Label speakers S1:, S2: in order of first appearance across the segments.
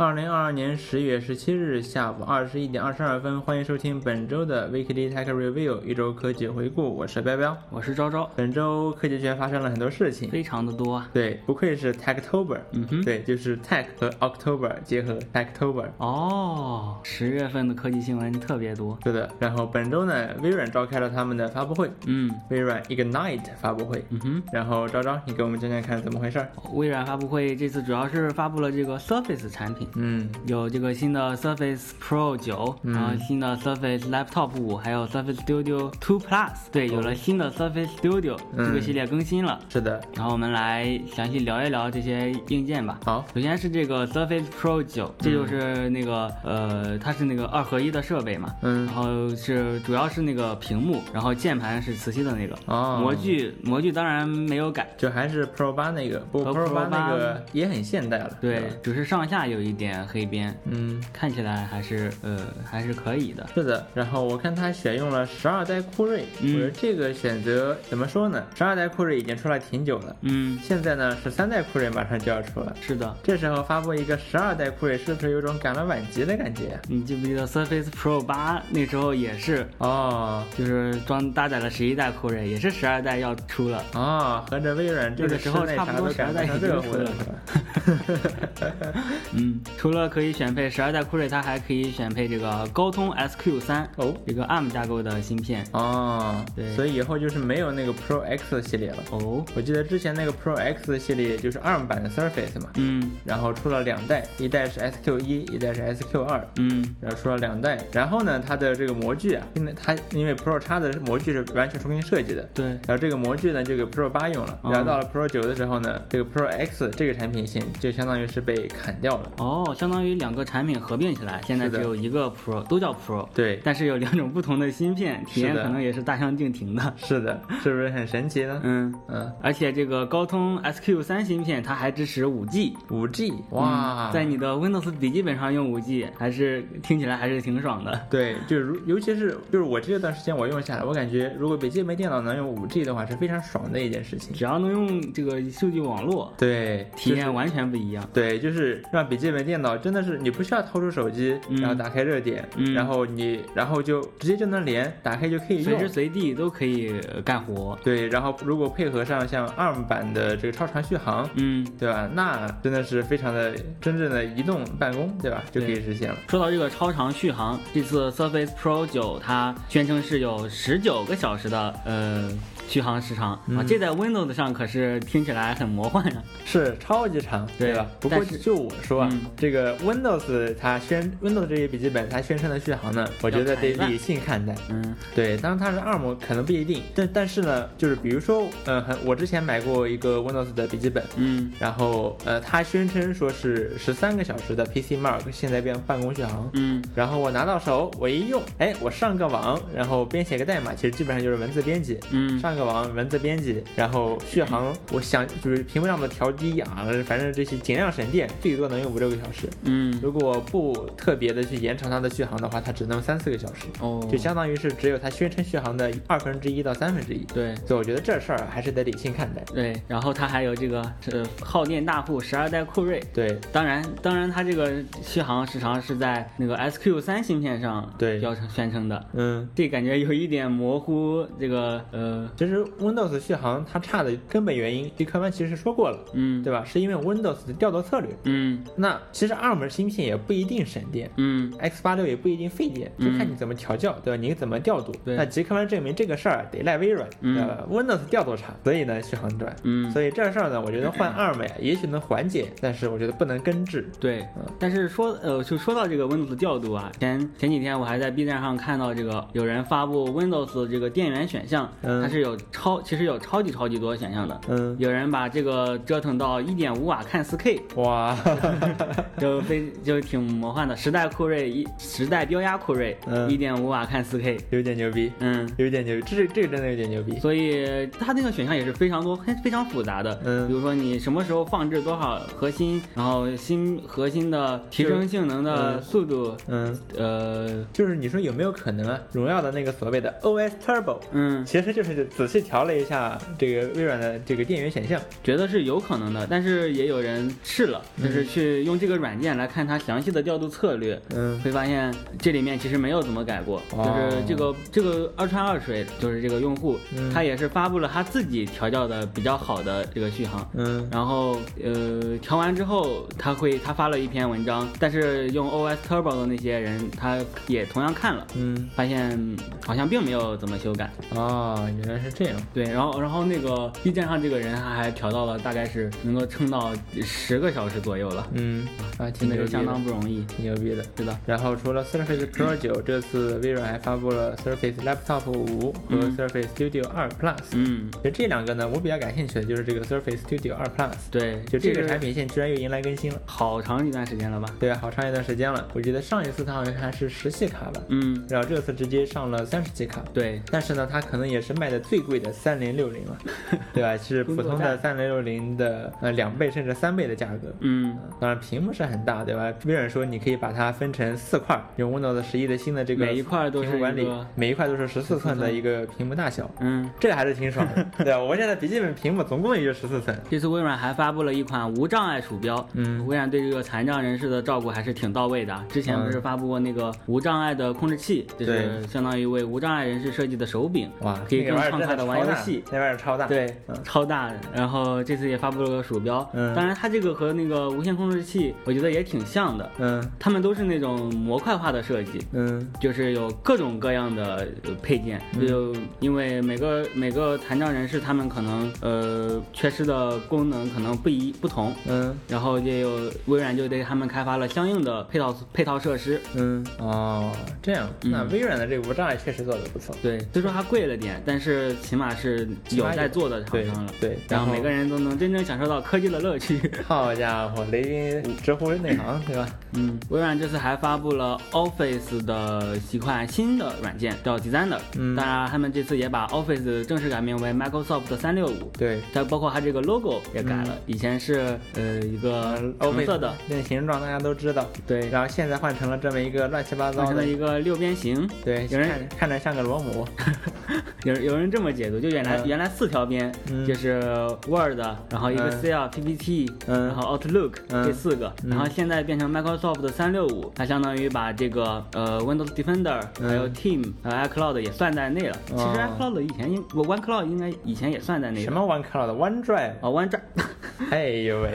S1: 二零二二年十月十七日下午二十一点二十二分，欢迎收听本周的 Weekly Tech Review 一周科技回顾，我是彪彪。
S2: 我是昭昭，
S1: 本周科技圈发生了很多事情，
S2: 非常的多啊。
S1: 对，不愧是 Techtober，
S2: 嗯哼，
S1: 对，就是 Tech 和 October 结合 Techtober。
S2: 哦，十月份的科技新闻特别多。
S1: 是的，然后本周呢，微软召开了他们的发布会，
S2: 嗯
S1: 微软 Ignite 发布会。
S2: 嗯哼，
S1: 然后昭昭，你给我们讲讲看怎么回事儿？
S2: 微软发布会这次主要是发布了这个 Surface 产品，
S1: 嗯
S2: 有这个新的 Surface Pro 九、然后新的 Surface Laptop 五，还有 Surface Studio Two Plus。对，有了新的 Surface Studio，、这个系列更新了。，
S1: 是的，
S2: 然后我们来详细聊一聊这些硬件吧。
S1: 好，
S2: 首先是这个 Surface Pro 九，这就是那个、呃，它是那个二合一的设备嘛，
S1: 嗯
S2: 然后是主要是那个屏幕，然后键盘是磁吸的那个，
S1: 哦
S2: 模具模具当然没有改，
S1: 就还是 Pro 八那个，不过
S2: 和
S1: Pro
S2: Pro
S1: 八那
S2: 8
S1: 个也很现代了，
S2: 对
S1: 吧，
S2: 只是上下有一点黑边，
S1: 嗯。
S2: 看起来还是呃还是可以的，
S1: 是的，然后我看他选用了十二代酷睿，
S2: 嗯
S1: 我觉得这个选择怎么说呢？十二代酷睿已经出来挺久了，
S2: 嗯，
S1: 现在呢十三代酷睿马上就要出了，
S2: 是的。
S1: 这时候发布一个十二代酷睿，是不是有种赶了晚集的感觉？
S2: 你记不记得 Surface Pro 八那时候也是，
S1: 哦
S2: 就是装搭载了十一代酷睿，也是十二代要出了，
S1: 哦，合着微软这
S2: 那
S1: 个
S2: 个时候
S1: 室内
S2: 差不
S1: 啥
S2: 多
S1: 都赶
S2: 12
S1: 不
S2: 代
S1: 上
S2: 已
S1: 这个
S2: 经
S1: 货
S2: 出
S1: 了
S2: 了
S1: 是吧？
S2: 嗯，除了可以选配十二代酷睿，它还可以选配这个高通 SQ 三
S1: 哦
S2: 这个 ARM 架构的芯片。
S1: 哦，
S2: 对
S1: 所以以后就是没有那个 Pro X 系列了。
S2: 哦，
S1: 我记得之前那个 Pro X 系列就是 ARM 版的 Surface 嘛，
S2: 嗯
S1: 然后出了两代，一代是 SQ 一，一代是 SQ 二。
S2: 嗯，
S1: 然后出了两代，然后呢，它的这个模具啊，因为它因为 Pro 叉的模具是完全重新设计的，
S2: 对，
S1: 然后这个模具呢就给 Pro 八用了，
S2: 哦
S1: 然后到了 Pro 九的时候呢，这个 Pro X 这个产品线就相当于是被砍掉了。
S2: 哦，相当于两个产品合并起来，现在
S1: 是的
S2: 只有一个 Pro，都叫 Pro，
S1: 对，
S2: 但是有两种不同的芯片，体验
S1: 是的
S2: 可能也是大相径庭的。
S1: 是的，是不是很神奇呢？
S2: 嗯，
S1: 嗯，
S2: 而且这个高通 SQ 三芯片它还支持 5G。
S1: 五 G，哇，
S2: 嗯在你的 Windows 笔记本上用 5G，还是听起来还是挺爽的。
S1: 对，就是如尤其是就是我这段时间我用下来，我感觉如果笔记本电脑能用五 G 的话，是非常爽的一件事情。
S2: 只要能用这个数据网络，
S1: 对，
S2: 体
S1: 就是
S2: 验完全不一样。
S1: 对，就是让笔记本电脑真的是你不需要掏出手机，
S2: 嗯
S1: 然后打开热点，
S2: 嗯
S1: 然后你然后就直接就能连，打开就可以
S2: 随时
S1: 用。
S2: 随地都可以呃干活。
S1: 对，然后如果配合上像 ARM 版的这个超长续航，
S2: 嗯，
S1: 对吧？那真的是非常的真正的移动办公，对吧？就可以
S2: 对
S1: 实现了。
S2: 说到这个超长续航，这次 Surface Pro 九它宣称是有十九个小时的呃续航时长、
S1: 嗯
S2: 啊，这在 Windows 上可是听起来很魔幻啊。
S1: 是超级长，
S2: 对
S1: 吧？不过
S2: 但是
S1: 就我说啊，
S2: 嗯
S1: 这个 Windows 它宣 Windows 这些笔记本它宣称的续航呢，我觉得得
S2: 要砍一半
S1: 理性看待。
S2: 嗯
S1: 对，当然它是 ARM 可能不一定，但但是呢，就是比如说，呃，很我之前买过一个 Windows 的笔记本，
S2: 嗯
S1: 然后呃，它宣称说是十三个小时的 PC Mark，现在变办公续航。
S2: 嗯，
S1: 然后我拿到手，我一用，哎，我上个网，然后编写个代码，其实基本上就是文字编辑。
S2: 嗯
S1: 上个网文字编辑，然后续航，我想就是屏幕上的调低啊，反正这些尽量省电，最多能用五六个小时。
S2: 嗯
S1: 如果不特别的去延长它的续航的话，它只能三四个小时，
S2: 哦，
S1: 就相当于是只有它宣称续航的二分之一到三分之一。
S2: 对。
S1: 所以我觉得这事儿还是得理性看待。
S2: 对，然后它还有这个呃耗电大户十二代酷睿，
S1: 对，
S2: 当然当然它这个续航时长是在那个 SQ 三芯片上
S1: 对
S2: 要宣称的，
S1: 嗯，
S2: 这感觉有一点模糊，这个呃
S1: 其实 Windows 续航它差的根本原因，迪克曼其实说过了，
S2: 嗯
S1: 对吧？是因为 Windows 的调度策略。
S2: 嗯
S1: 那其实 ARM 芯片也不一定省电。
S2: 嗯
S1: X 八六也不一定费电，就看你怎么调教，对吧？你怎么调度？
S2: 对
S1: 那杰克曼证明这个事儿得赖微软，
S2: 嗯
S1: 对吧？Windows 调度差，所以呢续航短。
S2: 嗯，
S1: 所以这事儿呢，我觉得换 ARM 呀，也许能缓解，但是我觉得不能根治。
S2: 对
S1: 嗯，
S2: 但是说呃，就说到这个 Windows 调度啊，前前几天我还在 B 站上看到这个有人发布 Windows 这个电源选项，
S1: 嗯
S2: 它是有超其实有超级超级多选项的，
S1: 嗯，
S2: 有人把这个折腾到一点五瓦看 四 K，
S1: 哇，
S2: 就非就挺魔幻的。时代酷睿一时代标压酷睿
S1: 嗯，
S2: 一点五瓦看四 K，
S1: 有点牛逼，
S2: 嗯。
S1: 有点牛逼，这这个真的有点牛逼。
S2: 所以它那个选项也是非常多、非非常复杂的。
S1: 嗯
S2: 比如说你什么时候放置多少核心，然后新核心的提升性能的
S1: 嗯
S2: 速度，
S1: 嗯，
S2: 呃，
S1: 就是你说有没有可能啊？荣耀的那个所谓的 OS Turbo，
S2: 嗯，
S1: 其实就是紫仔细调了一下这个微软的这个电源选项，
S2: 觉得是有可能的，但是也有人试了，就是去用这个软件来看它详细的调度策略，
S1: 嗯，
S2: 会发现这里面其实没有怎么改过，
S1: 哦
S2: 就是这个这个二川二水就是这个用户，
S1: 嗯
S2: 他也是发布了他自己调教的比较好的这个续航。
S1: 嗯，
S2: 然后，呃，调完之后，他会他发了一篇文章，但是用 OS Turbo 的那些人，他也同样看了，
S1: 嗯，
S2: 发现好像并没有怎么修改。
S1: 哦，原来是这样，
S2: 对，然后然后那个 B 站上这个人他还调到了大概是能够撑到十个小时左右了，
S1: 嗯，啊，挺
S2: 真的
S1: 牛
S2: 是
S1: 逼
S2: 相当
S1: 的，
S2: 不容易。
S1: 挺牛逼的。
S2: 是的，
S1: 然后除了 Surface Pro 九，这次微软还发布了 Surface Laptop 五和
S2: 嗯
S1: Surface Studio 二 Plus。
S2: 嗯，
S1: 其实这两个呢，我比较感兴趣的就是这个 Surface Studio 二 Plus，
S2: 对，
S1: 就这个
S2: 是
S1: 产品线居然又迎来更新了。
S2: 好长一段时间了吧？
S1: 对，好长一段时间了。我记得上一次它好像还是十系卡吧，
S2: 嗯，
S1: 然后这次直接上了三十系卡。
S2: 对，
S1: 但是呢，它可能也是卖的最贵的三零六零 了，对吧？是普通的三零六零的呃两倍甚至三倍的价格。
S2: 嗯，
S1: 当然，屏幕是很大，对吧？微软说你可以把它分成四块，用 Windows 十一的新的这个
S2: 每一块都是
S1: 屏幕管
S2: 一
S1: 理
S2: 个，
S1: 每一块都是十四寸的一个屏幕大 小，
S2: 嗯。
S1: 这还是挺爽的， 对吧？我现在笔记本屏幕总共也就十四寸，
S2: 这次微软还发布了一款无障碍鼠标，
S1: 嗯
S2: 微软对这个残障人士的照顾还是挺到位的。之前不是发布过那个无障碍的控制器，就是
S1: 对
S2: 相当于为无障碍人士设计的手柄，
S1: 哇，
S2: 可以
S1: 那个玩意
S2: 更畅
S1: 儿
S2: 快
S1: 真的
S2: 的玩
S1: 超
S2: 游
S1: 大
S2: 戏。
S1: 那玩意儿超大，
S2: 对，
S1: 嗯
S2: 超大。然后这次也发布了个鼠标，
S1: 嗯
S2: 当然它这个和那个无线控制器，我觉得也挺像的，
S1: 嗯
S2: 它们都是那种模块化的设计。
S1: 嗯
S2: 就是有各种各样的呃配件，就因为每个每个残障人士他们可能呃缺失的功能可能不一不同，
S1: 嗯
S2: 然后也有微软就对他们开发了相应的配套配套设施。
S1: 嗯，哦，这样，
S2: 嗯
S1: 那微软的这个无障碍确实做的不错，
S2: 对，虽说它贵了点，但是起码是
S1: 起
S2: 有
S1: 码有
S2: 在做的厂
S1: 对
S2: 商了。
S1: 对，
S2: 然
S1: 然
S2: 后
S1: 后
S2: 每个人都能真正享受到科技的乐趣。
S1: 好家伙，雷军直呼内行，对吧？
S2: 嗯，微软这次还发布了 Office 的一款新的软件，叫 Designer。
S1: 嗯
S2: 当然，他们这次也把 Office 正式改名为 Microsoft 三六五。
S1: 对，
S2: 它包括它这个 logo 也改了，以前是呃一个橙嗯色的，
S1: 那个形状大家都知道，
S2: 对，
S1: 然后现在换成了这么一个乱七八
S2: 换
S1: 糟
S2: 成
S1: 的
S2: 了，一个六边形。
S1: 对，
S2: 有人
S1: 看看着像个螺母，
S2: 有人有人这么解读，就原来、
S1: 嗯
S2: 原来四条边、
S1: 嗯
S2: 就是 Word，然后一个
S1: 嗯
S2: Excel、PPT，、
S1: 嗯
S2: 然后 Outlook、
S1: 嗯
S2: 这四个，
S1: 嗯
S2: 然后现在变成 Microsoft 三六五，它相当于把这个呃 Windows Defender、
S1: 嗯
S2: 还有 Team、还有 iCloud 也算在内了。其实
S1: 哦
S2: iCloud 以前应不 OneCloud 应该以前也算在内
S1: 什
S2: 的。
S1: 么 OneCloud、OneDrive，
S2: 啊，OneDrive，
S1: 哎呦 喂，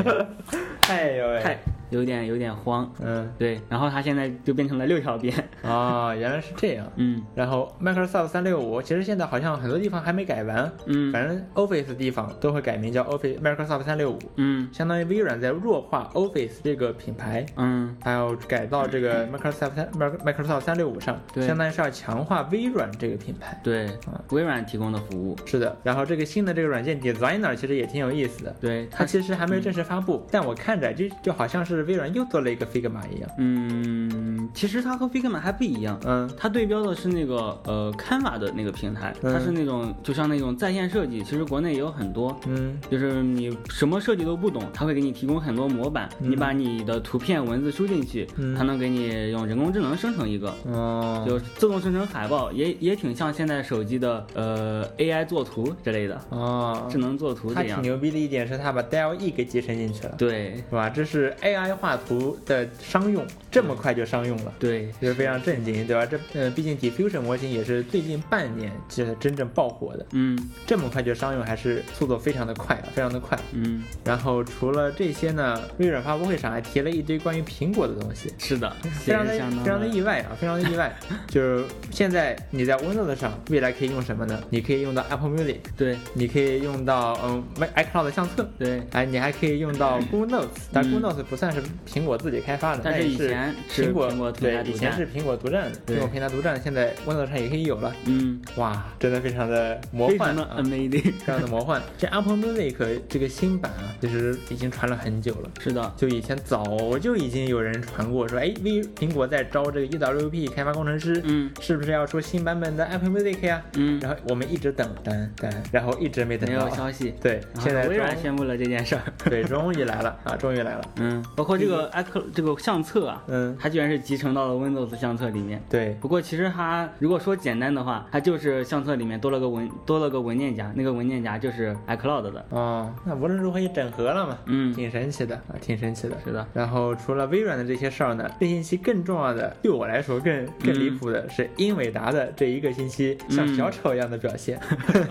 S1: 哎呦
S2: 太
S1: 喂，
S2: 有点有点慌。
S1: 嗯，
S2: 对，然后它现在就变成了六条边。
S1: 哦，原来是这样。
S2: 嗯
S1: 然后 Microsoft 三六五，其实现在好像很多地方还没改完，
S2: 嗯
S1: 反正 Office 地方都会改名叫 Office Microsoft 三六五，
S2: 嗯
S1: 相当于微软在弱化 Office 这个品牌，
S2: 嗯，
S1: 还有改到这个 Microsoft 三 Microsoft 三六五上，
S2: 对
S1: 相当于是要强化微软这个品牌。
S2: 对
S1: 啊，
S2: 微软提供的服务。
S1: 是的，然后这个新的这个软件 Designer 其实也挺有意思的，
S2: 对
S1: 它其实还没有正式发
S2: 嗯
S1: 布，但我看着就就好像是微软又做了一个 Figma 一样。
S2: 嗯，其实它和 Figma 还不一样，
S1: 嗯
S2: 它对标的是那个呃 Canva 的那个平台，
S1: 嗯
S2: 它是那种就像那种在线设计，其实国内也有很多。
S1: 嗯
S2: 就是你什么设计都不懂，它会给你提供很多模板，
S1: 嗯
S2: 你把你的图片、文字输进去，
S1: 嗯
S2: 它能给你用人工智能生成一个，
S1: 哦
S2: 就自动生成海报，也也挺像现在手机的呃 AI 作图之类的，
S1: 哦
S2: 智，能作图
S1: 它
S2: 这
S1: 挺
S2: 样。
S1: 牛逼的一点是它把 DLE 给集成进去了，
S2: 对
S1: 是吧？这是 AI 画图的商用，这么快就商用了。
S2: 对，
S1: 就是非常震惊，对吧？这呃，毕竟 diffusion 模型也是最近半年这真正爆火的，
S2: 嗯
S1: 这么快就商用，还是速度非常的快啊，非常的快。
S2: 嗯，
S1: 然后除了这些呢，微软发布会上还提了一堆关于苹果的东西，
S2: 是的，
S1: 非常的
S2: 其实相当
S1: 非常的意外啊，非常的意 外。就是现在你在 Windows 上，未来可以用什么呢？你可以用到 Apple Music，
S2: 对
S1: 你可以用到嗯 iCloud 的相册。
S2: 对，
S1: 哎，你还可以用到 Google Notes，但 Google Notes 不算是苹果自己开发的，
S2: 嗯但是
S1: 那也
S2: 以前是
S1: 苹果
S2: 苹果平台
S1: 对，
S2: 独
S1: 以前
S2: 占
S1: 是苹果独占的，
S2: 对
S1: 苹果平台独占，现在 Windows 上也可以有了。
S2: 嗯，
S1: 哇，真的非常的魔
S2: 非常
S1: 幻
S2: 嗯的
S1: 啊，
S2: amazing。
S1: 非常的魔幻。这 Apple Music 这个新版啊，其实已经传了很久了。
S2: 是的，
S1: 就以前早就已经有人传过说，哎，微苹果在招这个 EWP 开发工程师，
S2: 嗯
S1: 是不是要出新版本的 Apple Music 呀？
S2: 嗯，
S1: 然后我们一直等等等，然后一直没等
S2: 没有
S1: 到。
S2: 消息。
S1: 对，
S2: 然
S1: 现在
S2: 后微
S1: 终
S2: 软宣布了这件事儿。
S1: 对，终于来了啊，终于来了。
S2: 嗯，包包括这个 iCloud 这个相册啊，
S1: 嗯，
S2: 它居然是集成到了 Windows 相册里面。
S1: 对，
S2: 不过其实它如果说简单的话，它就是相册里面多了个文多了个文件夹，那个文件夹就是 iCloud 的。
S1: 哦，那无论如何也整合了嘛，
S2: 嗯，
S1: 挺神奇的啊，挺神奇的。
S2: 是的，
S1: 然后除了微软的这些事儿呢，这星期更重要的，对我来说更
S2: 嗯
S1: 更离谱的是英伟达的这一个星期像小丑一样的表 现。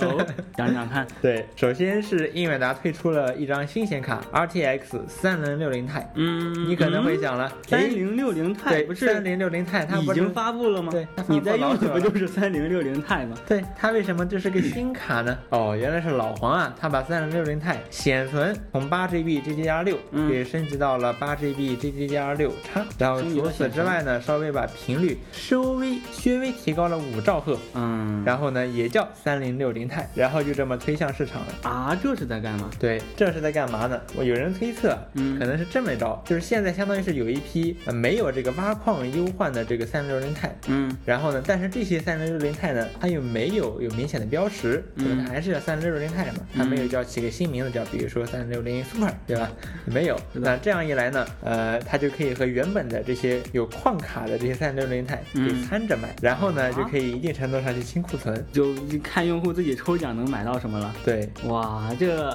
S2: 哦，讲讲看，
S1: 对，首先是英伟达推出了一张新显卡 RTX 三零六零 Ti，
S2: 嗯，
S1: 你可能会想了，哎
S2: 三零六零 Ti
S1: 对
S2: 不
S1: 三
S2: 是
S1: 零六零 Ti 它
S2: 已
S1: 不
S2: 经
S1: 是
S2: 发布了吗？
S1: 对它发布
S2: 你在
S1: 老
S2: 用的不
S1: 久了
S2: 就是三零六零 Ti 吗？
S1: 对它为什么这是个新卡呢？
S2: 嗯
S1: 哦，原来是老黄啊，他把三零六零 Ti 显存从八 GB GDDR 六
S2: 嗯
S1: 给升级到了八 GB GDDR 六叉，然后
S2: 升级了
S1: 除此之外呢，稍微把频率稍微稍微提高了五兆赫，
S2: 嗯，
S1: 然后呢也叫三零六零 Ti，然后就这么推向市场了。
S2: 啊，这是在干嘛？
S1: 对，这是在干嘛呢？我有人推测，啊
S2: 嗯
S1: 可能是这么一招，就是现在相当于是有一批、呃、没有这个挖矿忧患的这个三零六零 Ti，
S2: 嗯
S1: 然后呢，但是这些三零六零钛呢，它又没有有明显的标识，
S2: 嗯
S1: 就是它还是叫三零六零钛嘛，它
S2: 嗯
S1: 没有叫起个新名字叫，比如说三零六零 Super，对吧？没有。
S2: 嗯是的
S1: 那这样一来呢，呃，它就可以和原本的这些有矿卡的这些三零六零钛
S2: 嗯
S1: 给掺着买，然后呢，
S2: 啊
S1: 就可以一定程度上去清库存。
S2: 就看用户自己抽奖能买到什么了。
S1: 对，
S2: 哇，这，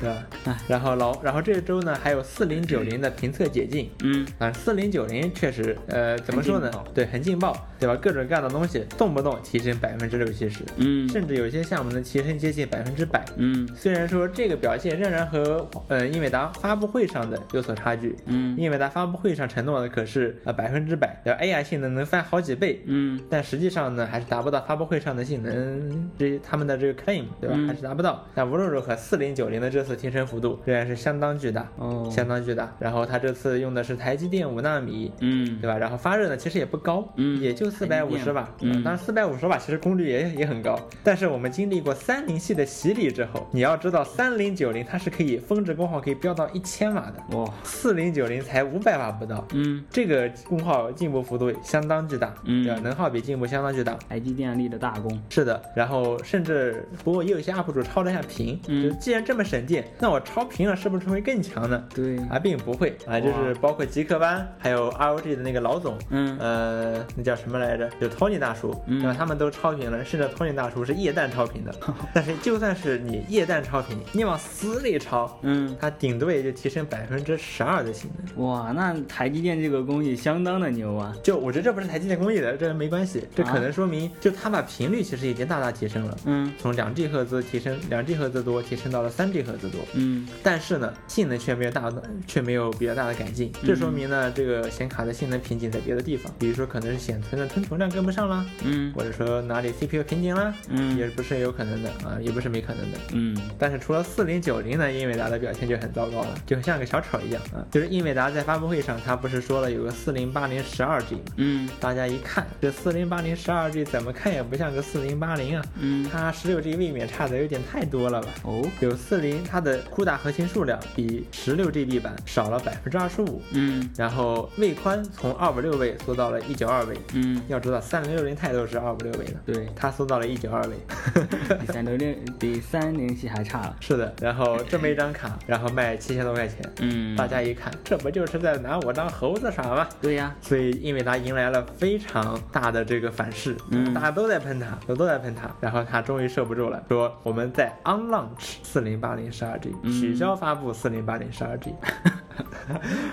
S1: 对吧？
S2: 哎
S1: 然后老，然后这周呢，还有四零九零的评测解禁，
S2: 嗯，
S1: 啊，四零九零确实，呃，怎么说呢
S2: 很劲爆？
S1: 对，很劲爆，对吧？各种各样的东西，动不动提升百分之六七十，
S2: 嗯
S1: 甚至有些项目能提升接近百分之百。
S2: 嗯
S1: 虽然说这个表现仍然和呃英伟达发布会上的有所差距，
S2: 嗯
S1: 英伟达发布会上承诺的可是呃百分之百的 AI 性能能翻好几倍，
S2: 嗯
S1: 但实际上呢还是达不到发布会上的性能这他们的这个 claim 对吧？
S2: 嗯
S1: 还是达不到。但无论如何，四零九零的这次提升幅度仍然是相当巨大，
S2: 哦
S1: 相当巨大。然后它这次用的是台积电五纳米，
S2: 嗯
S1: 对吧？然后发热呢，其实也不高，
S2: 嗯
S1: 也就四百五十瓦。
S2: 嗯
S1: 当然四百五十瓦其实功率也也很高。但是我们经历过三零系的洗礼之后，你要知道三零九零它是可以峰值功耗可以飙到一千瓦的，
S2: 哇，
S1: 四零九零才五百瓦不到。
S2: 嗯，
S1: 这个功耗进步幅度相当巨大，
S2: 嗯
S1: 对吧？能耗比进步相当巨大。
S2: 台积电立的大功，
S1: 是的，然后甚至不过也有一些 UP 主超了一下屏，
S2: 嗯
S1: 就既然这么省电，那我超频了是不是会更强呢？
S2: 对，
S1: 啊，并不会啊，就是包括极客湾还有 ROG 的那个老总，
S2: 嗯
S1: 呃，那叫什么来着？有 Tony 大叔，
S2: 嗯
S1: 然后他们都超频了，甚至 Tony 大叔是液氮超频的。但是就算是你液氮超频，你往死里超，
S2: 嗯，
S1: 它顶多也就提升百分之十二的性能。
S2: 哇，那台积电这个工艺相当的牛啊，
S1: 就我觉得这不是台积电工艺的，这没关系，这可能说明就它把频率其实已经大大提升了，
S2: 嗯
S1: 从两 G 赫兹提升两 G 赫兹多提升到了三 G 赫兹多。
S2: 嗯
S1: 但是呢，性能却没有大的，却没有比较大的改进，这说明呢，这个显卡的性能瓶颈在别的地方，比如说可能是显存的吞吐量跟不上啦，
S2: 嗯
S1: 或者说哪里 CPU 瓶颈啦，
S2: 嗯
S1: 也不是有可能的啊、也不是没可能的。
S2: 嗯，
S1: 但是除了4090呢，英伟达的表现就很糟糕了，就像个小丑一样啊。就是英伟达在发布会上，他不是说了有个4080 12G 吗？
S2: 嗯
S1: 大家一看这4080 12G 怎么看也不像个4080啊，
S2: 嗯，
S1: 它16 G 未免差的有点太多了吧？
S2: 哦，
S1: 有四零，它的酷大核心数量比十六 GB 版少了百分之二十五，
S2: 嗯
S1: 然后位宽从二五六位缩到了一九二位。
S2: 嗯，
S1: 要知道，三零六零钛都是二五六位的，，
S2: 对
S1: 它缩到了一九二位。
S2: 比三六六比三零系还差了，
S1: 是的，然后这么一张卡，然后卖七千多块钱，
S2: 嗯，
S1: 大家一看，这不就是在拿我当猴子耍吗？
S2: 对呀，
S1: 所以英伟达迎来了非常大的这个反噬，
S2: 嗯
S1: 大家都在喷它，都都在喷它，然后它终于受不住了，说我们在 unlaunch 四零八零十二 G
S2: 嗯
S1: 取消发布四零八零十二 G，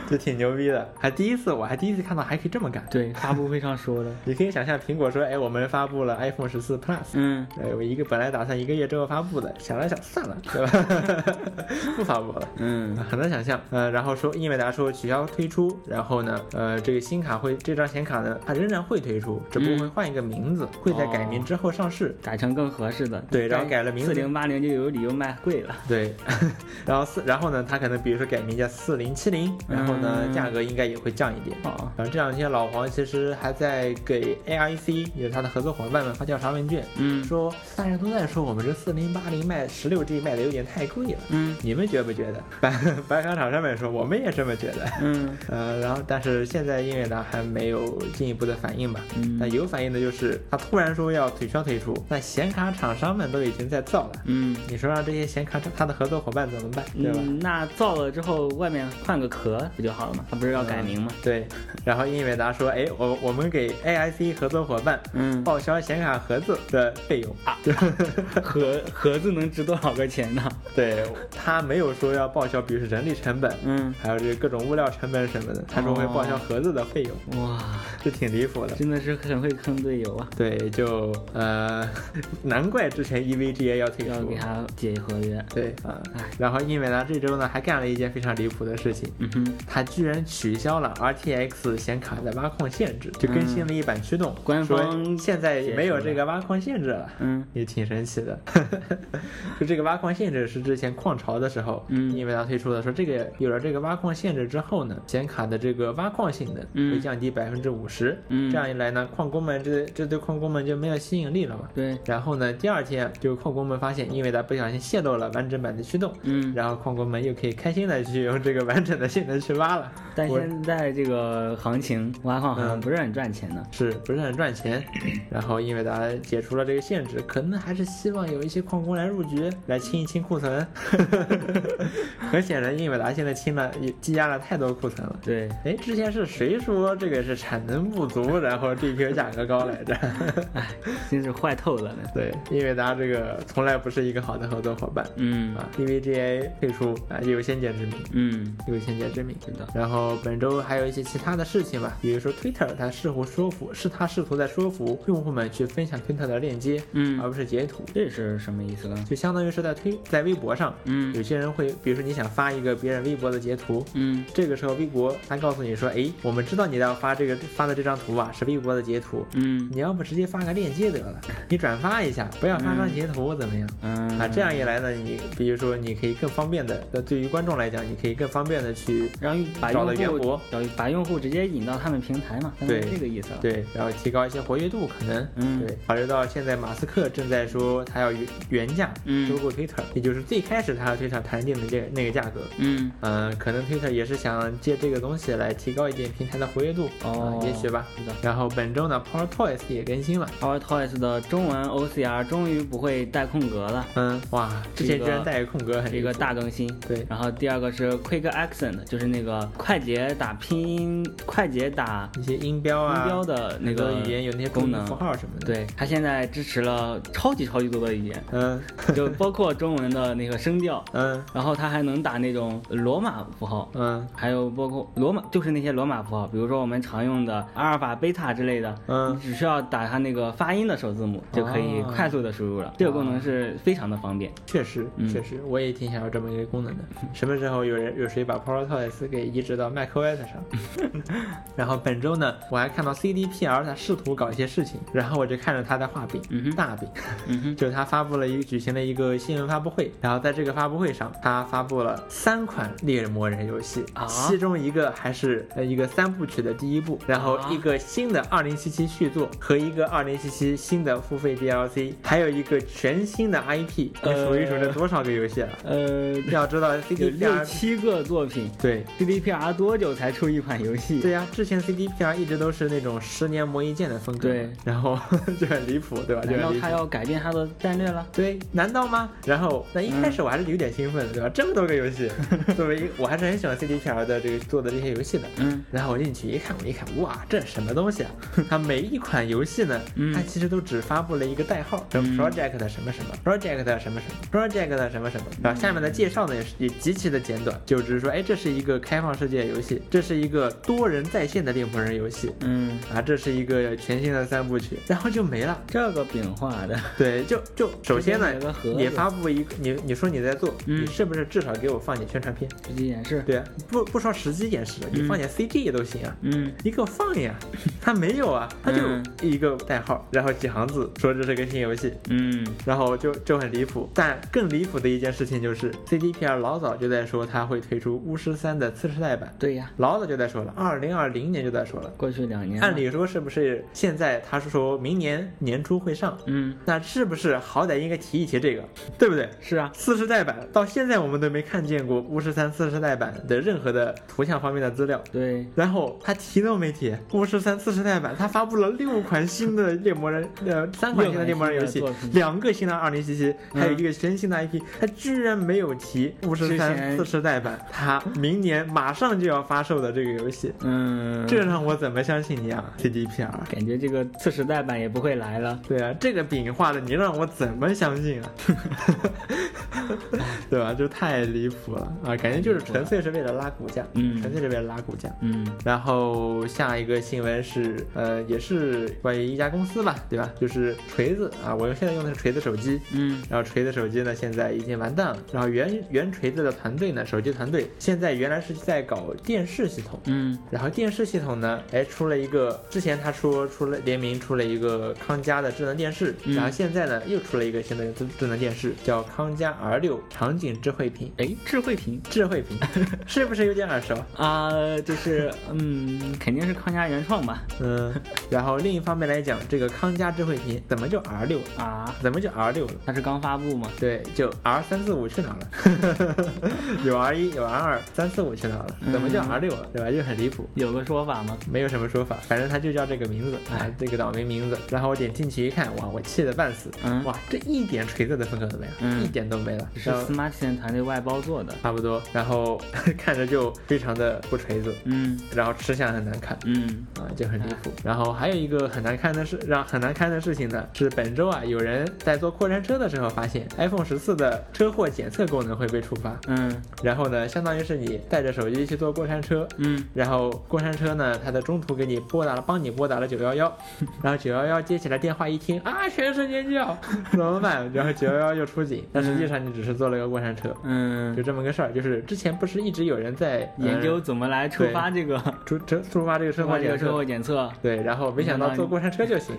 S1: 这挺牛逼的，还第一次我还第一次看到还可以这么干，
S2: 对，发布会上说的，
S1: 你可以想象苹果说，哎，我们发布了 iPhone 十四 Plus，
S2: 嗯
S1: 哎，我一个本来打算一个月之后发布的，想了想算了，对吧？ 不发布了。
S2: 嗯
S1: 很难想象，呃，然后说英伟达说取消推出，然后呢，呃，这个新卡会这张显卡呢，它仍然会推出，只不过
S2: 嗯
S1: 会换一个名字，会在改
S2: 哦
S1: 名之后上市。
S2: 改成更合适的。
S1: 对然后改了名字
S2: 四零八零就有理由卖贵了。
S1: 对， 然后四，然后呢，它可能比如说改名叫四零七零，然后呢，
S2: 嗯
S1: 价格应该也会降一点。
S2: 哦，
S1: 然后这两天老黄其实还在给 AIC，也就是他的合作伙伴们发调查问卷，
S2: 嗯
S1: 说大家都在说我们这四零八零卖十六 G 卖的有点太贵了，
S2: 嗯
S1: 你们觉不觉得？白白卡厂商们说我们也这么觉得。
S2: 嗯
S1: 呃，然后但是现在英伟达还没有进一步的反应吧？
S2: 嗯
S1: 但有反应的就是它突然说要取消推出，那显卡厂商们都已经在造了，
S2: 嗯
S1: 你说让这些显卡厂它的合作伙伴怎么办，对吧？
S2: 嗯，那造了之后，外面换个壳不就好了吗？它不是要改名吗？
S1: 对，然后英伟达说，哎，我我们给 AIC 合作伙伴
S2: 嗯，
S1: 报销显卡盒子的费用，
S2: 啊 盒盒子能值多少个钱呢？
S1: 对他没有说要报销，比如说人力成本，
S2: 嗯，
S1: 还有这各种物料成本什么的，他说会
S2: 哦
S1: 报销盒子的费用，
S2: 哇，
S1: 这挺离谱的。
S2: 真的是很会坑队友啊，
S1: 对，就呃， 难怪之前 E EVGA 要退
S2: 要
S1: 出
S2: 给。他解合约。
S1: 对啊
S2: 哎，
S1: 然后英伟达这周呢还干了一件非常离谱的事情，
S2: 嗯哼，
S1: 它居然取消了 RTX 显卡的挖矿限制，就更新了一版驱动，
S2: 嗯官
S1: 说
S2: 方
S1: 现在
S2: 解除
S1: 没有
S2: 了
S1: 这个挖矿限制了。
S2: 嗯
S1: 也挺神奇的， 就这个挖矿限制是之前矿潮的时候，
S2: 嗯
S1: 英伟达推出的，说这个有了这个挖矿限制之后呢，显卡的这个挖矿性能
S2: 嗯
S1: 会降低百分之五十，
S2: 嗯
S1: 这样一来呢，矿工们这这对矿工们就没有吸引力了嘛。
S2: 对，
S1: 然后呢，第二天就矿工们发现英伟达不小心泄露了完整版的驱动，
S2: 嗯，
S1: 然后矿工们又可以开心的去用这个完整的性能去挖了，
S2: 但
S1: 我
S2: 现在这个行情挖矿好像
S1: 嗯
S2: 不是很赚钱呢。
S1: 是不是很赚钱？然后英伟达解除了这个限制，可能还是希望有一些矿工来入局，来清一清库存。很显然，英伟达现在清了也积压了太多库存了。
S2: 对，
S1: 哎，之前是谁说这个是产能不足，然后 GPU 价格高来着？
S2: 真是坏透了呢。
S1: 对，英伟达这个从来不是一个好的合作伙伴
S2: 嗯
S1: 啊，EVGA 退出啊，有先见之明，
S2: 嗯，
S1: 有先见之明。
S2: 是的。
S1: 然后本周还有一些其他的事情吧，比如说 Twitter，它试图说服，是它试图在说服用户们去分享 Twitter 的链接，而
S2: 嗯，
S1: 不是截图，
S2: 这是什么意思呢？
S1: 就相当于是在推在微博上，
S2: 嗯
S1: 有些人会，比如说你想发一个别人微博的截图。
S2: 嗯
S1: 这个时候，微博它告诉你说：“哎，我们知道你要发这个发的这张图啊，是微博的截图，
S2: 嗯
S1: 你要不直接发个链接得了，你转发一下，不要发张截图，怎么样？”
S2: 嗯
S1: 啊，这样一来呢，你比如说你可以更方便的，呃，对于观众来讲，你可以更方便的去
S2: 然后把
S1: 找到
S2: 用
S1: 袁
S2: 户
S1: 博
S2: 找把用户直接引到他们平台嘛，相当于
S1: 对
S2: 这个意思了。
S1: 对，然后提高一些活跃度，可能。
S2: 嗯
S1: 对，考虑到现在马斯克正在说他要原原价
S2: 嗯
S1: 收购 Twitter，、也就是最开始他和 Twitter 谈定的这个那个价格，
S2: 嗯
S1: 嗯、可能 Twitter 也是想借这个东西来提高一点平台的活跃度，
S2: 哦
S1: 啊也许吧。
S2: 是的
S1: 然后本周呢，Power Toys 也更新了，
S2: ，Power Toys 的中文 OCR 终于不会带空格了，
S1: 嗯，哇，之前
S2: 这个
S1: 居然带个空格，很
S2: 是一
S1: 离谱
S2: 个大更新。
S1: 对，
S2: 然后第二个是 Quick Accent，就是那个快捷打拼音、快捷打
S1: 一些音标啊，
S2: 音标的那
S1: 很多
S2: 个
S1: 语言有那些
S2: 功
S1: 注音
S2: 能
S1: 符。号什么的，，
S2: 对，它现在支持了超级超级多的语言，
S1: 嗯
S2: 就包括中文的那个声调，
S1: 嗯
S2: 然后它还能打那种罗马符号，
S1: 嗯
S2: 还有包括罗马，就是那些罗马符号，比如说我们常用的阿尔法、贝塔之类的，你
S1: 嗯，哦
S2: 只需要打它那个发音的首字母就可以快速的输入了。这个功能是非常的方便。
S1: 确实
S2: 嗯
S1: 确实，我也挺想要这么一个功能的。什么时候有人有谁把 Power Toys 给移植到 macOS 上？ 然后本周呢，我还看到 CDPR 他试图搞一些事情，然后我就看着他在画饼，
S2: 嗯哼
S1: 大饼。
S2: 嗯哼，
S1: 就是他发布了一个举行了一个新闻发布会，然后在这个发布会上，他发布了三款猎魔人游戏，
S2: 啊
S1: 其中一个还是呃一个三部曲的第一部，然后
S2: 啊
S1: 一个新的二零七七续作和一个二零七七新的付费 DLC，还有一个全新的 IP。你
S2: 呃
S1: 数一数这多少个游戏了？
S2: 呃，
S1: 要知道
S2: 有六
S1: CDPR
S2: 七个作品
S1: 对。
S2: ，CDPR 多久才出一款 游戏？
S1: 对呀、之前 CDPR 一直都是那种十年磨一剑的风格，
S2: 对，
S1: 然后 就很离谱，对吧？就
S2: 难
S1: 很
S2: 道
S1: 离谱
S2: 他。要改变他的战略了？
S1: 对，难道吗？然后那一开始我还是有点兴奋的，对吧？这么多个游 戏，作为一我还是很喜欢 CDPR 的这个做的这些游戏的。
S2: 嗯
S1: 然后我进去一看，我一看，哇，这什么东西啊？它每一款游戏呢，
S2: 嗯
S1: 它其实都只发布了一个代号，叫
S2: 嗯
S1: Project 什么什么，Project 什么什么，Project 什么什么。
S2: 嗯
S1: 然后下面的介绍呢也是也极其的简短，就只是说，哎，这是一个开放世界游戏，这是一个多人在线的猎魔人游戏。
S2: 嗯，
S1: 啊，这是一个全新的三部曲，然后就没了。
S2: 这个饼画的，
S1: 对，就就首先呢
S2: 直接买个盒，子
S1: 你发布一个，你你说你在做，
S2: 嗯
S1: 你是不是至少给我放点宣传片？
S2: 实际演示。
S1: 对啊，不不说实际演示，你
S2: 嗯
S1: 放点 CG 都行啊。
S2: 嗯
S1: 你给我放 呀，他没有啊，他就
S2: 嗯
S1: 一个代号，然后几行字，说这是个新游戏，
S2: 嗯
S1: 然后就就很离谱。但更离谱的一件事情就是，CDPR 老早就在说他会推出巫师三的次世代版，
S2: 对呀，
S1: 老早就在说了，二零二零年就在说了。
S2: 过去两年了。
S1: 按理说是不是现在他是说明年年初会上，
S2: 嗯，
S1: 那是不是好歹应该提一提这个，对不对？
S2: 是啊，
S1: 四十代版到现在我们都没看见过巫师三四十代版的任何的图像方面的资料，
S2: 对，
S1: 然后他提都没提，巫师三次世代版它发布了六款新的猎魔人，呃，三款新的猎魔人游戏
S2: 六款新的作品，嗯
S1: 两个新的二零七七，还有一个全新的 IP，它居然没有提巫师
S2: 之
S1: 三
S2: 前
S1: 次世代版，它明年马上就要发售的这个游戏，
S2: 嗯，
S1: 这让我怎么相信你啊，CDPR？
S2: 感觉这个次时代版也不会来了。
S1: 对啊，这个饼画的，你让我怎么相信啊？ 对吧？就太离谱了啊！感觉就是纯粹是为了拉股价，
S2: 嗯
S1: 纯粹是为了拉股价。
S2: 嗯，
S1: 然后下一个新闻是，呃，也是关于一家公司吧，对吧？就是锤子啊，我用现在用的是锤子手机，
S2: 嗯，
S1: 然后锤子手机呢现在已经完蛋了。然后原原锤子的团队呢，手机团队现在原来是在搞电视系统，
S2: 嗯，
S1: 然后电视系统呢，哎，出了一个，之前他说出了联名出了一个康佳的智能电视，
S2: 嗯
S1: 然后现在呢又出了一个新的智智能电视，叫康佳 R 六场景智慧屏，
S2: 哎，智慧屏
S1: 智慧屏是不是有点耳熟？
S2: 啊、就是嗯，肯定是康佳原创吧？
S1: 嗯，然后另一方面来讲，这个康佳智慧屏怎么就 R 六了？
S2: 啊，
S1: 怎么就 R 六了？
S2: 它是刚发布吗？
S1: 对，就 R 三四五去哪了？ 有 R 一，有 R 二，三四五去哪了？怎么叫 R 六了？对吧？就很离谱。
S2: 有个说法吗？
S1: 没有什么说法，反正他就叫这个名字，
S2: 哎
S1: 啊，这个岛民名字。然后我点进去一看，哇，我气得半死，
S2: 嗯
S1: 哇，这一点锤子的风格都没有，
S2: 嗯
S1: 一点都没了，
S2: 是
S1: 然后
S2: Smart 线团队外包做的。
S1: 差不多，然后 看着就非常的不锤子，
S2: 嗯
S1: 然后吃相很难看。
S2: 嗯，
S1: 啊，就很离谱。然后还有一个很难看的事，让很难看的事情呢，是本周啊，有人在坐过山车的时候发现 iPhone 十四的车祸检测功能会被触发。
S2: 嗯
S1: 然后呢，相当于是你带着手机去坐过山车，
S2: 嗯
S1: 然后过山车呢，它在中途给你拨打了，帮你拨打了九幺 幺，然后九幺幺接起来电话一听啊，全是尖 叫，怎么办？然后九幺幺就出警，但实际上你只是坐了个过山 车，就
S2: 嗯，
S1: 这么个事儿。就是之前不是一直有人在呃
S2: 研究怎么来触发这个
S1: 出出出发这个车
S2: 触
S1: 祸
S2: 发这个
S1: 检
S2: 车
S1: 测
S2: 祸，检测，
S1: 对，然后没想到坐过山车就行，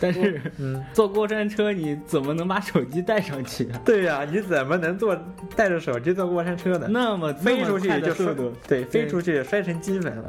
S2: 但是
S1: 嗯。
S2: 坐过山车你怎么能把手机带上去啊？
S1: 对呀、你怎么能坐带着手机坐过山车呢？
S2: 那么
S1: 飞出去
S2: 那么快
S1: 就
S2: 的
S1: 摔
S2: 速度，，
S1: 对，飞
S2: 对
S1: 出去摔成金 粉了，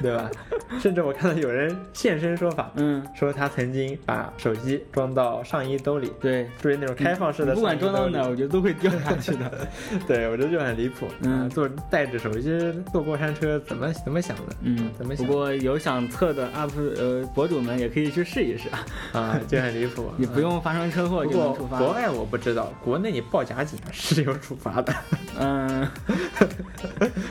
S1: 对吧？甚至我看到有人现身说法，
S2: 嗯，
S1: 说他曾经把手机装到上衣兜里，
S2: 对，
S1: 就是那种开放式的
S2: 嗯不
S1: 上
S2: 管
S1: 衣兜
S2: 装
S1: 里，
S2: 到哪儿，我觉得都会掉下去的。
S1: 对我觉得就很离谱。
S2: 嗯
S1: 啊坐带着手机坐过山车，怎么怎么想的？
S2: 嗯，
S1: 怎么
S2: 不
S1: 想
S2: 过有想测的 UP 呃博主们也可以去试一试啊，。
S1: 啊，就很离谱
S2: 也不用发生车祸
S1: 不
S2: 就
S1: 过
S2: 能触发
S1: 国
S2: 了。
S1: 外我不知道，国内你报假警是有处罚的，
S2: 嗯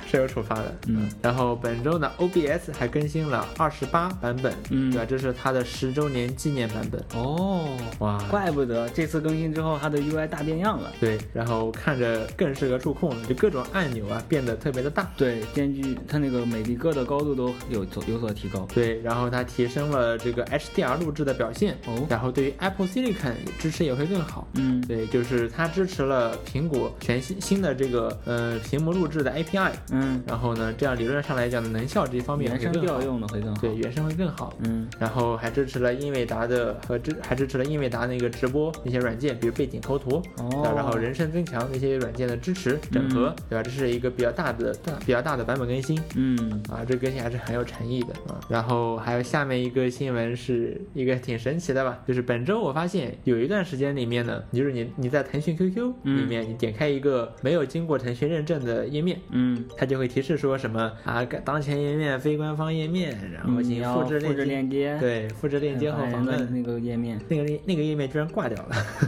S1: 是有处罚的。
S2: 嗯，
S1: 然后本周呢，OBS 还更新了二十八版本，
S2: 嗯
S1: 对吧？这是它的十周年纪念版本。
S2: 哦，
S1: 哇，
S2: 怪不得这次更新之后它的 UI 大变样了。
S1: 对，然后看着更适合触控了，就各种按钮啊变得特别的大。
S2: 对，间距它那个每一个的高度都有所有所提高。
S1: 对，然后它提升了这个 HDR 录制的表现，
S2: 哦
S1: 然后对于 Apple Silicon 支持也会更好。
S2: 嗯，
S1: 对，就是它支持了苹果全新新的这个呃屏幕录制的 API，
S2: 嗯，
S1: 然后呢，这样理论上来讲，能效这方面
S2: 原
S1: 会
S2: 声
S1: 更好
S2: 调，用的啊会更好。
S1: 对，原声会更好。
S2: 嗯
S1: 然后还支持了英伟达的和支还支持了英伟达那个直播那些软件，比如背景抠图，
S2: 哦
S1: 然后人声增强那些软件的支持整合，对吧？这是一个比较大的大比较大的版本更新。
S2: 嗯
S1: 啊，这更新还是很有诚意的啊。然后还有下面一个新闻是一个挺神奇的吧，就是本周我发现有一段时间里面呢，就是你你在腾讯 QQ 里面，你点开一个没有经过腾讯认证的页面。
S2: 嗯，
S1: 它就会提示说什么啊，该当前页面非官方页面，然后
S2: 嗯你
S1: 请
S2: 要
S1: 复制
S2: 复制
S1: 链
S2: 链接，
S1: 接，，对，复制链接后访
S2: 的
S1: 问。
S2: 那个页面。
S1: 那个页那个页面居然挂掉了，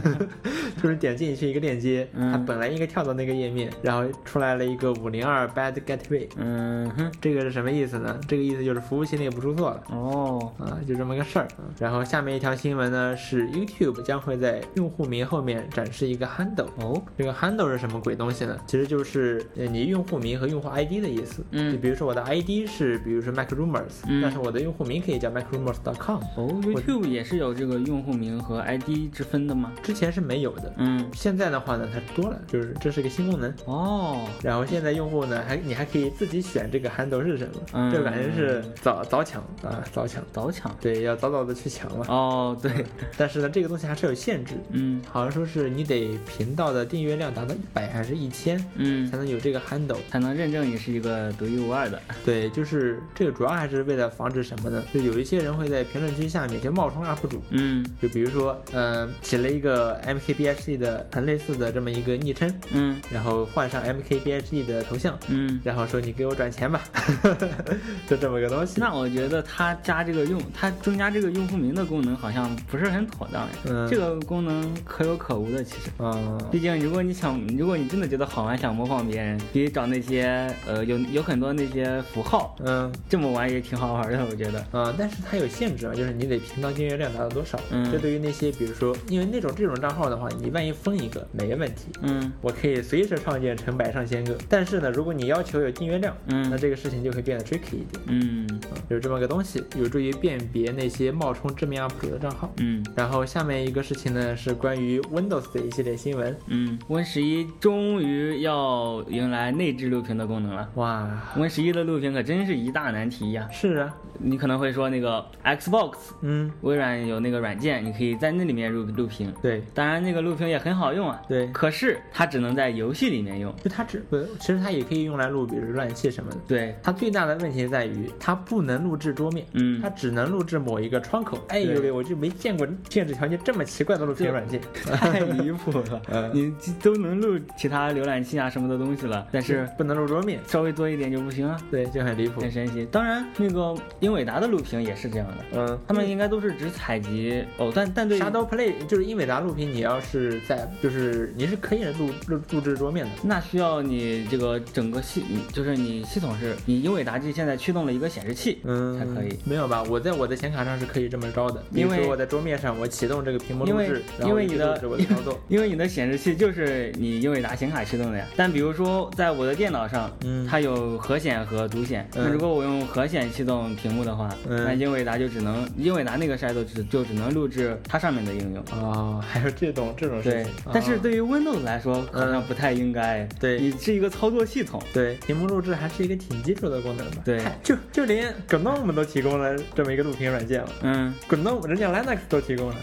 S1: 就是点进去一个链接，
S2: 嗯
S1: 它本来应该跳到那个页面，然后出来了一个五零二 bad gateway，
S2: 嗯哼，
S1: 这个是什么意思呢？这个意思就是服务器内部出错了。
S2: 哦，
S1: 啊，就这么个事儿。然后下面一条新闻呢是 YouTube 将会在用户名后面展示一个 handle。
S2: 哦，
S1: 这个 handle 是什么鬼东西呢？其实就是呃你用户名和用户 ID 的意思。
S2: 嗯
S1: 就比如说我的 ID 是比如说 macrumors，、
S2: 嗯
S1: 但是我的用户名可以叫 macrumors.com。
S2: 哦，YouTube 也是有这个用户名和 ID 之分的吗？
S1: 之前是没有的，
S2: 嗯，
S1: 现在的话呢它多了，就是这是一个新功能。
S2: 哦，
S1: 然后现在用户呢，还你还可以自己选这个 handle 是什么，
S2: 嗯
S1: 这感觉是早早抢啊，早抢，
S2: 早抢。
S1: 对，要早早的去抢了。
S2: 哦，对，
S1: 但是呢，这个东西还是有限制，
S2: 嗯
S1: 好像说是你得频道的订阅量达到一百还是一千，才
S2: 嗯，
S1: 能有这个 handle。
S2: 才能认证你是一个独一无二的。
S1: 对，就是这个主要还是是为了防止什么呢？就有一些人会在评论区下面去冒充 UP 主，
S2: 嗯
S1: 就比如说，嗯、起了一个 MKBHD E 的很类似的这么一个昵称，
S2: 嗯
S1: 然后换上 MKBHD E 的头像，
S2: 嗯。
S1: 然后说你给我转钱吧， 就这么个东西。
S2: 那我觉得它加这个用，它增加这个用户名的功能好像不是很妥当哎。
S1: 嗯
S2: 这个功能可有可无的，其实。
S1: 嗯，
S2: 毕竟，如果你想，如果你真的觉得好玩，想模仿别人，可以找那些呃有有很多那些符号，
S1: 嗯
S2: 这么玩也挺好玩的，我觉得。
S1: 呃，但是它有限制嘛，就是你得频道订阅量达到多少。
S2: 嗯
S1: 这对于那些比如说，因为那种这种账号的话，你万一封一个没问题，
S2: 嗯
S1: 我可以随时创建成百上千个。但是呢，如果你要求有订阅量，
S2: 嗯
S1: 那这个事情就会变得 tricky 一点。
S2: 嗯
S1: 嗯有这么个东西，有助于辨别那些冒充知名 UP 主的账号。
S2: 嗯
S1: 然后下面一个事情呢，是关于 Windows 的一系列新闻。
S2: 嗯，Win 十一终于要迎来内置录屏的功能了。
S1: 哇，
S2: Win 十一的录屏可真是一大难题呀！
S1: 是啊，
S2: 你可能会说那个 Xbox，
S1: 嗯，
S2: 微软有那个软件，你可以在那里面录录屏。
S1: 对
S2: 当然，那个录屏也很好用啊。
S1: 对，
S2: 可是它只能在游戏里面用。
S1: 就它只不，其实它也可以用来录，比如浏览器什么的。
S2: 对，
S1: 它最大的问题在于，它不能录制桌面，
S2: 嗯
S1: 它只能录制某一个窗口。哎呦喂，我就没见过限制条件这么奇怪的录屏软件。
S2: 太离谱了
S1: 嗯！
S2: 你这都能录其他浏览器啊什么的东西了，但是
S1: 不能录桌面，
S2: 稍微多一点就不行啊，
S1: 对，就很离谱
S2: 很。神奇。当然，那个英伟达的录屏也是这样的，
S1: 嗯，
S2: 他们应该都是只采集哦，但但对
S1: Shadow Play 就是英伟达录屏，你要是在就是你是可以录录录制桌面的。
S2: 那需要你这个整个系，就是你系统是你英伟达这现在驱动了一个显示器，
S1: 嗯，
S2: 才可以。
S1: 没有吧？我在我的显卡上是可以这么着的，比如
S2: 因为
S1: 说我在桌面上，我启动这个屏幕
S2: 因
S1: 录
S2: 为
S1: 制，然
S2: 因
S1: 后
S2: 为你
S1: 就
S2: 的
S1: 录制我的操作。
S2: 因为你的显示器就是你英伟达显卡驱动的呀。但比如说在我的电脑上，
S1: 嗯
S2: 它有核显和独显。
S1: 嗯
S2: 那如果我用核显驱动屏幕的话，
S1: 嗯
S2: 那英伟达就只能英伟达那个 Shadow 只就只能录制它上面的应用。
S1: 哦，还有这种这种事
S2: 对
S1: 情，，
S2: 但是
S1: 哦
S2: 对于 Windows 来说，好像不太应该。
S1: 嗯对
S2: 你是一个操作系统。
S1: 对，屏幕录制还是一个挺基础的功能吧？
S2: 对
S1: 嗨就就连 GNOME 都提供了这么一个录屏软件了
S2: 嗯，
S1: ，GNOME 人家 Linux 都提供了。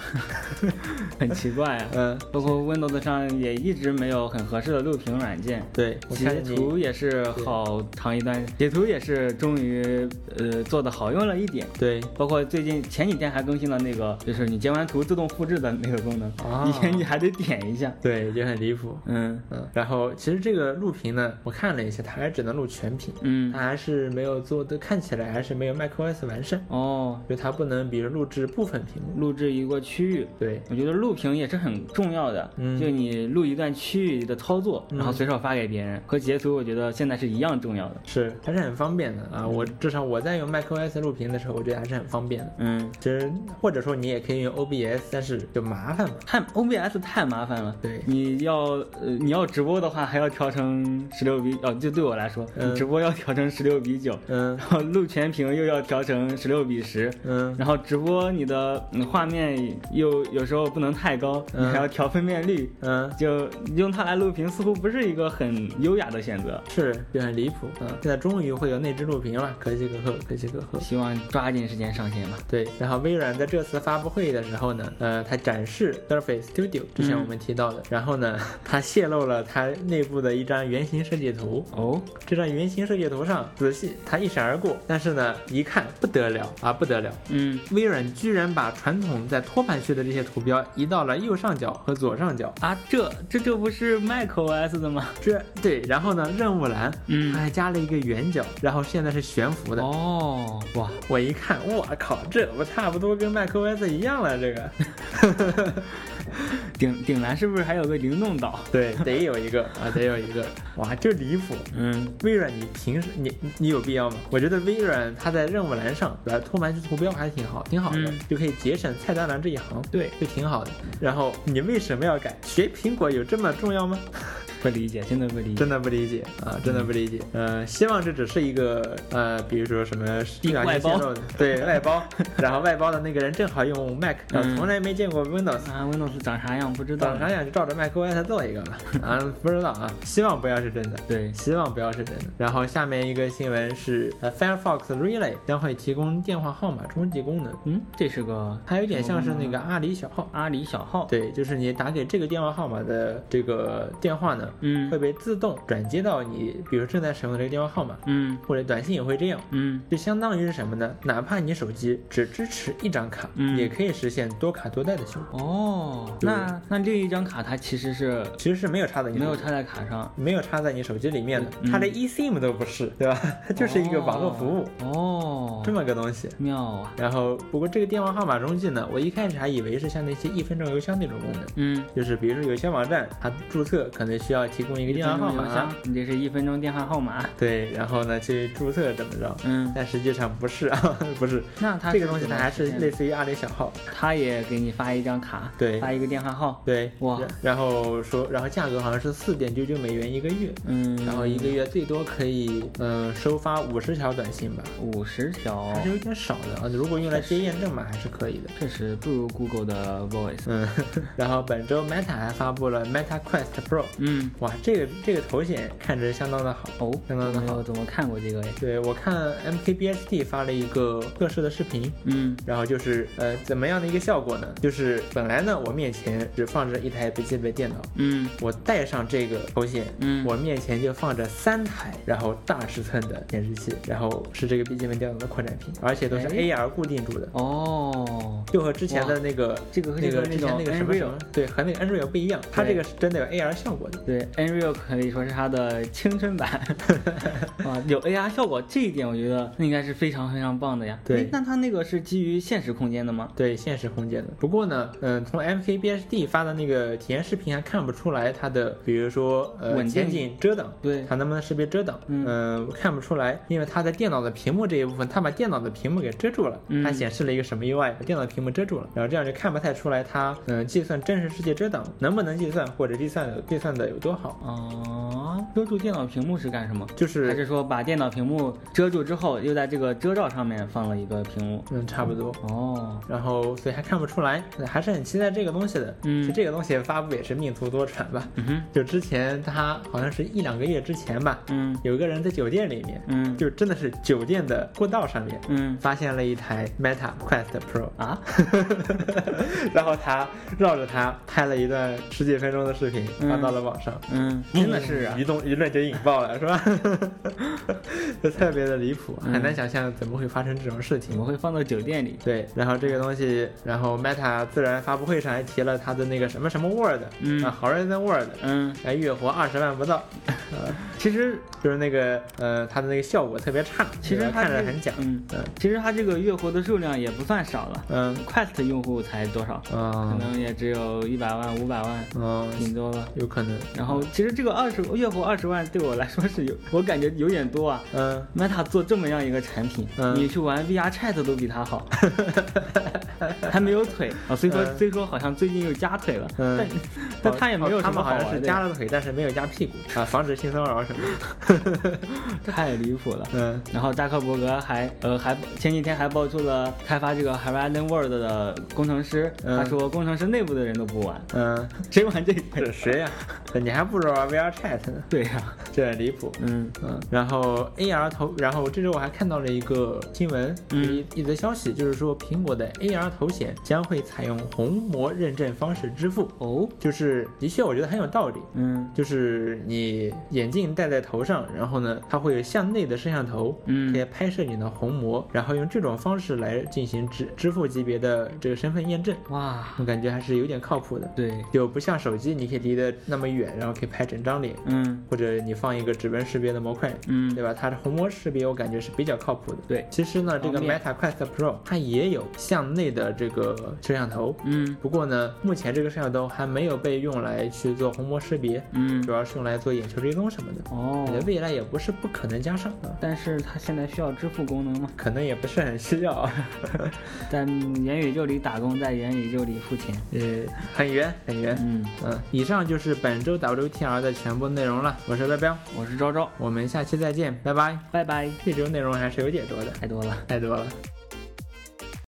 S2: 很奇怪啊。
S1: 嗯，
S2: 包括 Windows 上也一直没有很合适的录屏软件。
S1: 对，我
S2: 截
S1: 看
S2: 图
S1: 你，
S2: 也是好长一段，截图也是终于呃做的好用了一点。
S1: 对，
S2: 包括最近前几天还更新了那个，就是你截完图自动复制的那个功能，
S1: 啊
S2: 以前你还得点一下。
S1: 对，就很离谱。
S2: 嗯
S1: 嗯，然后其实这个录屏呢，我看了一下，它还只能录全屏，它
S2: 嗯，
S1: 还是没有做的，看起来还是没有 macOS 完善，
S2: 哦，
S1: 就它不能比如录制部分屏幕。
S2: 录制一个区域。
S1: 对，
S2: 我觉得录屏也是很重要的，
S1: 嗯
S2: 就你录一段区域的操作，然后随手发给别人，和截图我觉得现在是一样重要的。
S1: 是还是很方便的啊。我至少我在用 macOS 录屏的时候，我觉得还是很方便的。
S2: 嗯，
S1: 其实或者说你也可以用 OBS，但是就麻烦嘛。
S2: 太 OBS 太麻烦了。
S1: 对
S2: 你要呃你要直播的话，还要调成十六比哦，就对我来说，
S1: 嗯
S2: 直播要调成十六比九，
S1: 嗯
S2: 然后录全屏又要调成十六比十，
S1: 嗯，
S2: 然后直播你的嗯画面又有时候不能太高，你
S1: 嗯
S2: 还要调分辨率，
S1: 嗯，
S2: 就用它来录屏似乎不是一个很优雅的选择。
S1: 是就很离谱。嗯，现在终于会有内置录屏了，可喜可贺，可喜可贺。
S2: 希望抓紧时间上线吧。
S1: 对，然后微软在这次发布会的时候呢，呃，它展示 Surface Studio，之前我们提到的，然后呢，它泄露了它内部的一张原型设计图。
S2: 哦，
S1: 这张原型设计图上，仔细它一闪而过，但是呢，一看不得了啊，不得了！
S2: 嗯，
S1: 微软居然把传统在托盘区的这些图标移到了右上角和左上角，
S2: 啊，这这这不是 macOS 的吗？
S1: 这对，然后呢，任务栏，
S2: 嗯
S1: 它还加了一个圆角，然后现在是悬浮的。
S2: 哦，哇，
S1: 我一看，我靠，这不差不多跟 macOS 一样了，这个。
S2: 顶顶栏是不是还有个灵动岛？
S1: 对，得有一个啊，得有一个， 哇，这离谱！
S2: 嗯
S1: 微软，你平时你你你有必要吗？我觉得微软它在任务栏上把托盘区图标还是挺好，挺好的，
S2: 嗯
S1: 就可以节省菜单栏这一行，
S2: 对，
S1: 就挺好的。然后你为什么要改？学苹果有这么重要吗？
S2: 不理解，真的不理解。
S1: 真的不理解啊，真的不理解。呃，希望这只是一个呃，比如说什么
S2: 嗯一个外包，
S1: 对外包，然后外包的那个人正好用 Mac，然后
S2: 嗯
S1: 从来没见过 Windows，
S2: 啊，Windows 长啥样不知道
S1: 长。啥样就照着 macOS 做一个 吧。啊，不知道啊，希望不要是真的。
S2: 对，
S1: 希望不要是真的。然后下面一个新闻是，呃，Firefox Relay 将会提供电话号码中继功能，
S2: 嗯，这是个
S1: 它有点像是那个阿里小号。
S2: 阿里小号。
S1: 对，就是你打给这个电话号码的这个电话呢，
S2: 嗯
S1: 会被自动转接到你，比如正在使用的这个电话号码，
S2: 嗯
S1: 或者短信也会这样。
S2: 嗯
S1: 就相当于是什么呢？哪怕你手机只支持一张卡，
S2: 嗯
S1: 也可以实现多卡多带的效果，
S2: 哦，那那另一张卡它其实是
S1: 其实是没有插在你
S2: 没有
S1: 手机
S2: 插在卡上，
S1: 没有插在你手机里面的，
S2: 嗯
S1: 它连 eSIM 都不是，对吧？ 它就是一个网络服务、
S2: 哦，
S1: 这
S2: 么
S1: 么个东西。
S2: 妙啊，
S1: 然后，不过这个电话号码中介呢，我一开始还以为是像那些一分钟邮箱那种功能，
S2: 嗯。
S1: 就是比如说有些网站它注册可能需要提供一个电话号
S2: 一分钟邮
S1: 码
S2: 箱，，你这是一分钟电话号码。
S1: 对，然后呢去注册怎么着，
S2: 嗯，
S1: 但实际上不是啊， 不是
S2: 那它
S1: 这个东西，它还是类
S2: 似，
S1: 似于二类小号，
S2: 它也给你发一张卡，
S1: 对
S2: 发一个电话号。
S1: 对，
S2: 哇
S1: 然然后说，然后价格好像是四点九九美元一个月，
S2: 嗯，
S1: 然后一个月最多可以嗯收发五十条短信吧，
S2: 五十条，
S1: 还是有点少的啊，如果用来接验证码还是可以的。
S2: 确实不如 Google 的 Voice。
S1: 嗯， 然后本周 Meta 还发布了 Meta Quest Pro，
S2: 嗯，
S1: 哇，这个这个头显看着相当的好。
S2: 哦，
S1: 相当的
S2: 没
S1: 好
S2: 有怎么看过这个哎。
S1: 对我看 MKBHD 发了一个测试的视频，
S2: 嗯
S1: 然后就是呃怎么样的一个效果呢？就是本来呢我面前只放着一台笔记本电脑，
S2: 嗯
S1: 我戴上这个头显，
S2: 嗯
S1: 我面前就放着三台，然后大尺寸的显示器，然后是这个笔记本电脑的扩展屏，而且都是
S2: 哎
S1: AR 固定住的，
S2: 哦，
S1: 就和之前的
S2: 哇
S1: 那个
S2: 这个和
S1: 那
S2: 这
S1: 个
S2: 个
S1: 之
S2: 那
S1: 前
S2: 种
S1: 那个什么
S2: Unreal
S1: 什么，对，和那个 Unreal 不一样，它这个是真的有 AR 效果的。
S2: 对，Unreal 可以说是它的青春版， 啊，有 AR 效果，这一点我觉得那应该是非常非常棒的呀。
S1: 对
S2: 诶那它那个是基于现实空间的吗？
S1: 对现实空间的，不过呢，嗯，从 MKBHD 发的那个体验视频还看不出来它的，比如说呃
S2: 稳定
S1: 前景遮挡，
S2: 对
S1: 它能不能识别遮挡？
S2: 嗯
S1: 呃看不出来，因为它在电脑的屏幕这一部分，它把电脑的屏幕给遮住了，
S2: 嗯
S1: 它显示了一个什么 UI，把电脑屏幕遮住了，然后这样就看不太出来它，嗯、计算真实世界遮挡能不能计算，或者计算的呃计算的有多好，
S2: 哦，遮住电脑屏幕是干什么？
S1: 就是
S2: 还是说把电脑屏幕遮住之后，又在这个遮罩上面放了一个屏幕？
S1: 嗯，差不多。
S2: 哦，
S1: 然后，所以还看不出来，还是很期待这个东西的。
S2: 嗯
S1: 其实这个东西发布也是命途多舛吧。
S2: 嗯哼，
S1: 就之前他好像是一两个月之前吧，
S2: 嗯
S1: 有一个人在酒店里面，
S2: 嗯
S1: 就真的是酒店的过道上面
S2: 嗯
S1: 发现了一台 Meta Quest Pro，
S2: 啊，
S1: 然后他绕着它拍了一段十几分钟的视频，
S2: 嗯
S1: 发到了网上。
S2: 嗯，真的是啊
S1: 嗯，舆动舆论就引爆了，是吧？ 就特别的离谱，
S2: 嗯
S1: 很难想象怎么会发生这种事
S2: 怎
S1: 情。
S2: 么会放到酒店里？
S1: 对，然后这个东西，然后 Meta 自然发布会上还提了它的那个什么什么 Word，
S2: 嗯
S1: 啊，Horizon Word，
S2: 嗯，
S1: 哎，月活二十万不到，
S2: 其实
S1: 就是那个呃，它的那个效果特别差，
S2: 其
S1: 对
S2: 实
S1: 吧
S2: 它
S1: 看着
S2: 这
S1: 很假，
S2: 嗯，
S1: 嗯
S2: 其实它这个月活的数量也不算少了
S1: 嗯
S2: ，Quest 用户才多少？可
S1: 嗯
S2: 能也只有一百万、五百万，
S1: 嗯，
S2: 顶多了。
S1: 有可能，
S2: 然后其实这个二十月活二十万对我来说是有， 我感觉有点多啊。
S1: 嗯，
S2: Meta 做这么样一个产品，
S1: 嗯
S2: 你去玩 VR Chat 都比它 好，还没有腿啊。虽说
S1: 嗯
S2: 虽说好像最近又加腿了，
S1: 嗯
S2: 但 但它也没有
S1: 哦他
S2: 什么
S1: 们好像
S2: 玩
S1: 是
S2: 的
S1: 加
S2: 呀，
S1: 了腿，但是没有加屁股 啊，防止性骚扰什么的，
S2: 太离谱了。
S1: 嗯
S2: 然后扎克伯格还呃还前几天还爆出了开发这个 Horizon World 的工程师，
S1: 嗯
S2: 他说工程师内部的人都不玩，
S1: 嗯，
S2: 谁玩这
S1: 这
S2: 个？
S1: 谁呀？你还不如玩 VR Chat 呢，
S2: 对呀、
S1: 这离谱。
S2: 嗯
S1: 嗯，然后 AR 头，然后这周我还看到了一个新闻，
S2: 嗯
S1: 一一则消息，就是说苹果的 AR 头显将会采用虹膜认证方式支付，
S2: 哦
S1: 就是的确我觉得很有道理。
S2: 嗯
S1: 就是你眼镜戴在头上，然后呢，它会有向内的摄像头，
S2: 嗯
S1: 可以拍摄你的虹膜，然后用这种方式来进行支支付级别的这个身份验证，
S2: 哇
S1: 我感觉还是有点靠谱的，
S2: 对
S1: 就不像手机，你可以离得那么远，然后可以拍整张脸，
S2: 嗯
S1: 或者你放一个指纹识别的模块，
S2: 嗯
S1: 对吧？它的虹膜识别我感觉是比较靠谱的。
S2: 对
S1: 其实呢，这个
S2: 方便
S1: Meta Quest Pro 它也有向内的这个摄像头，
S2: 嗯
S1: 不过呢，目前这个摄像头还没有被用来去做虹膜识别，
S2: 嗯
S1: 主要是用来做眼球追踪什么的。我觉
S2: 哦
S1: 得，未来也不是不可能加上啊，
S2: 但是它现在需要支付功能吗？
S1: 可能也不是很需要啊，
S2: 在元宇宙里打工，在元宇宙里付钱。
S1: 呃，很圆很圆。
S2: 嗯，
S1: 嗯，以上就是本周 WTR 的全部内容了。我是彪彪，
S2: 我是昭昭，
S1: 我们下期再见，拜拜。
S2: 拜拜，
S1: 这周内容还是有点多的，
S2: 太多了。
S1: 太多了。